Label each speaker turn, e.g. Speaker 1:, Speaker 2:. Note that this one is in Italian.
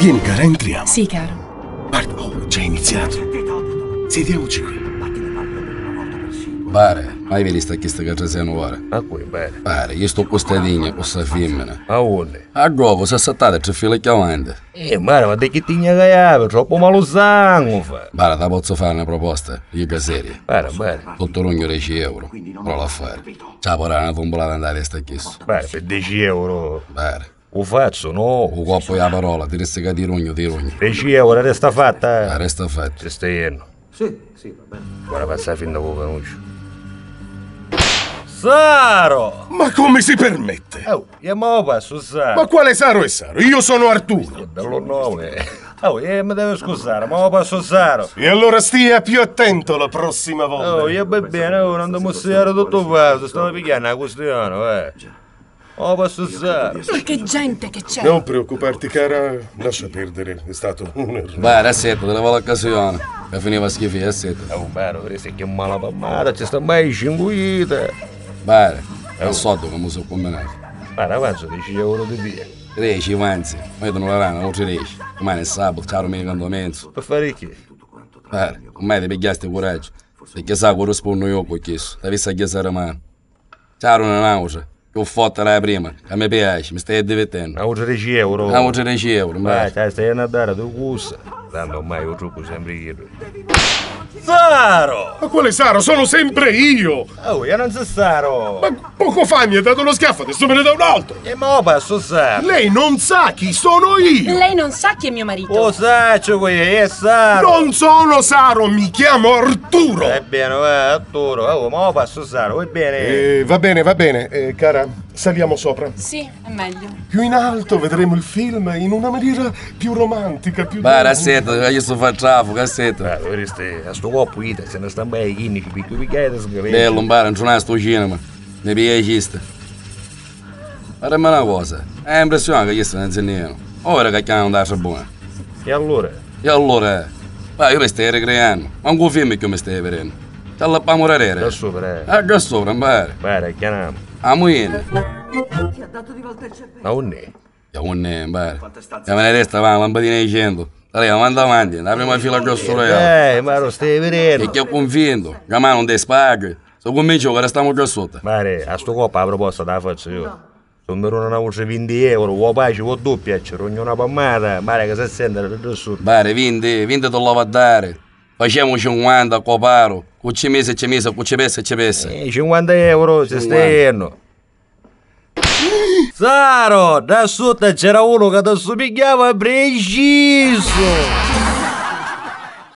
Speaker 1: Vieni, cara, entriamo.
Speaker 2: Sì, caro.
Speaker 1: Guarda, oh, già è iniziato. Sediamoci qui.
Speaker 3: Pare, mai vista questa carresiana ora?
Speaker 4: A cui bene.
Speaker 3: Pare, io sto con questa digna, con questa femmina.
Speaker 4: A onde?
Speaker 3: A govo, si è saltata tre file chiamante.
Speaker 4: Eh, mare, ma di che ti cagava? Troppo malo sangue fa.
Speaker 3: Bara, ti posso fare una proposta? Io che seria.
Speaker 4: Mare, mare.
Speaker 3: Sotto rogno 10 euro. Prova a fare. Ciao, porra, una tombolata andata testa a chiesa.
Speaker 4: Mare, per 10 euro.
Speaker 3: Bara,
Speaker 4: Lo faccio, no?
Speaker 3: un coppo è la parola, ti resta di rogno, di rogno.
Speaker 4: 10 euro, resta
Speaker 3: La
Speaker 4: fatta.
Speaker 3: resta fatta.
Speaker 4: Se stai ieno. Guarda, passa fin da poco conosci. Saro!
Speaker 1: Ma come si permette?
Speaker 4: Oh, chiamavo passo, Saro.
Speaker 1: Ma quale Saro è Saro? Io sono Arturo.
Speaker 4: Bello nome. Oh, eh, mi devo scusare, ma passo Saro.
Speaker 1: E allora stia più attento la prossima volta.
Speaker 4: Oh, io ben bene, oh, non devo stare tutto fatto, stavo pigliando la questione, eh. Oh, passo Saro.
Speaker 2: Ma che gente che c'è!
Speaker 1: Non preoccuparti, cara. Lascia perdere, è stato un errore.
Speaker 3: Bara, assetto, te levo l'occasione. E finiva schifo, assetto.
Speaker 4: Oh, bello, dovresti chiamare la pammata, ci sta mai cinguita.
Speaker 3: Bara, è un sotto come sono combinato.
Speaker 4: Guarda, avanzo 10 euro di via.
Speaker 3: 10, avanzi. Ma io non la rana, oltre 10. Domani è sabato, ciao, domenica, non mezzo.
Speaker 4: Per fare che?
Speaker 3: Pare, ormai ti pigliasti coraggio. Perché sa che rispondo io con questo. Ti avessi a chiesa mano. Ciao, una nausea. Che ho fatto la prima. A me piace, mi stai divertendo.
Speaker 4: Una 10 euro.
Speaker 3: Una voce 10 euro,
Speaker 4: Ah,
Speaker 3: ma...
Speaker 4: stai stai a dare tu gusta. Tanto ormai il trucco sempre io. Saro!
Speaker 1: Ma quale Saro? Sono sempre io.
Speaker 4: Oh, io non so Saro.
Speaker 1: Ma poco fa mi ha dato uno schiaffo, adesso me ne dà un altro.
Speaker 4: E mo passo Saro.
Speaker 1: Lei non sa chi sono io.
Speaker 2: Lei non sa chi è mio marito.
Speaker 4: Oh, saccio qui, è é Saro.
Speaker 1: Non sono Saro, mi chiamo Arturo.
Speaker 4: Va bene, va, Arturo. Oh, ma passo Saro, va bene.
Speaker 1: Eh, va bene, va bene, Eh, cara, saliamo sopra.
Speaker 2: Sì, è meglio.
Speaker 1: Più in alto vedremo il film in una maniera più romantica, più...
Speaker 3: Bara, assetto, io sto facendo traffico, assetto.
Speaker 4: Ah, dovresti, a sto coppo, ita, se ne sta bene, i 15 picchi picchiate, sgretti.
Speaker 3: Bello, bara, non c'è sto cinema. Mi piaciste. Ma dimmi una cosa, è É impressionante né, che questo non sia nero. Ora che chiamano da buona.
Speaker 4: E allora?
Speaker 3: E é. allora? Ma io mi stai ricreando, ma un film che mi stai vedendo. Te la pamorerere.
Speaker 4: Da sopra, eh.
Speaker 3: A che sopra, bara.
Speaker 4: Guarda, chiamiamo.
Speaker 3: A muina.
Speaker 4: Ma onne?
Speaker 3: E un eh, bar. Siamo nella testa, va, lampadina di 100. Dai, avanti avanti, la prima fila grosso reale.
Speaker 4: Eh, ma lo stai
Speaker 3: E
Speaker 4: vedendo.
Speaker 3: che ho convinto, che a me non ti spaghi. Se comincio, ora stiamo già sotto.
Speaker 4: Mare, a sto coppa la proposta te la faccio io. Se mi una voce 20 euro, vuoi pace, vuoi doppia, ci rogno una pommata, mare che si sente da nessuno.
Speaker 3: Bare, 20, 20 te lo va a dare. Facciamo 50 a coparo. Cucci mese, ci mese, cucci pesse, ci pesse.
Speaker 4: Eh, 50 euro, ci stai no. Saro, da sotto c'era uno che ti assomigliava preciso.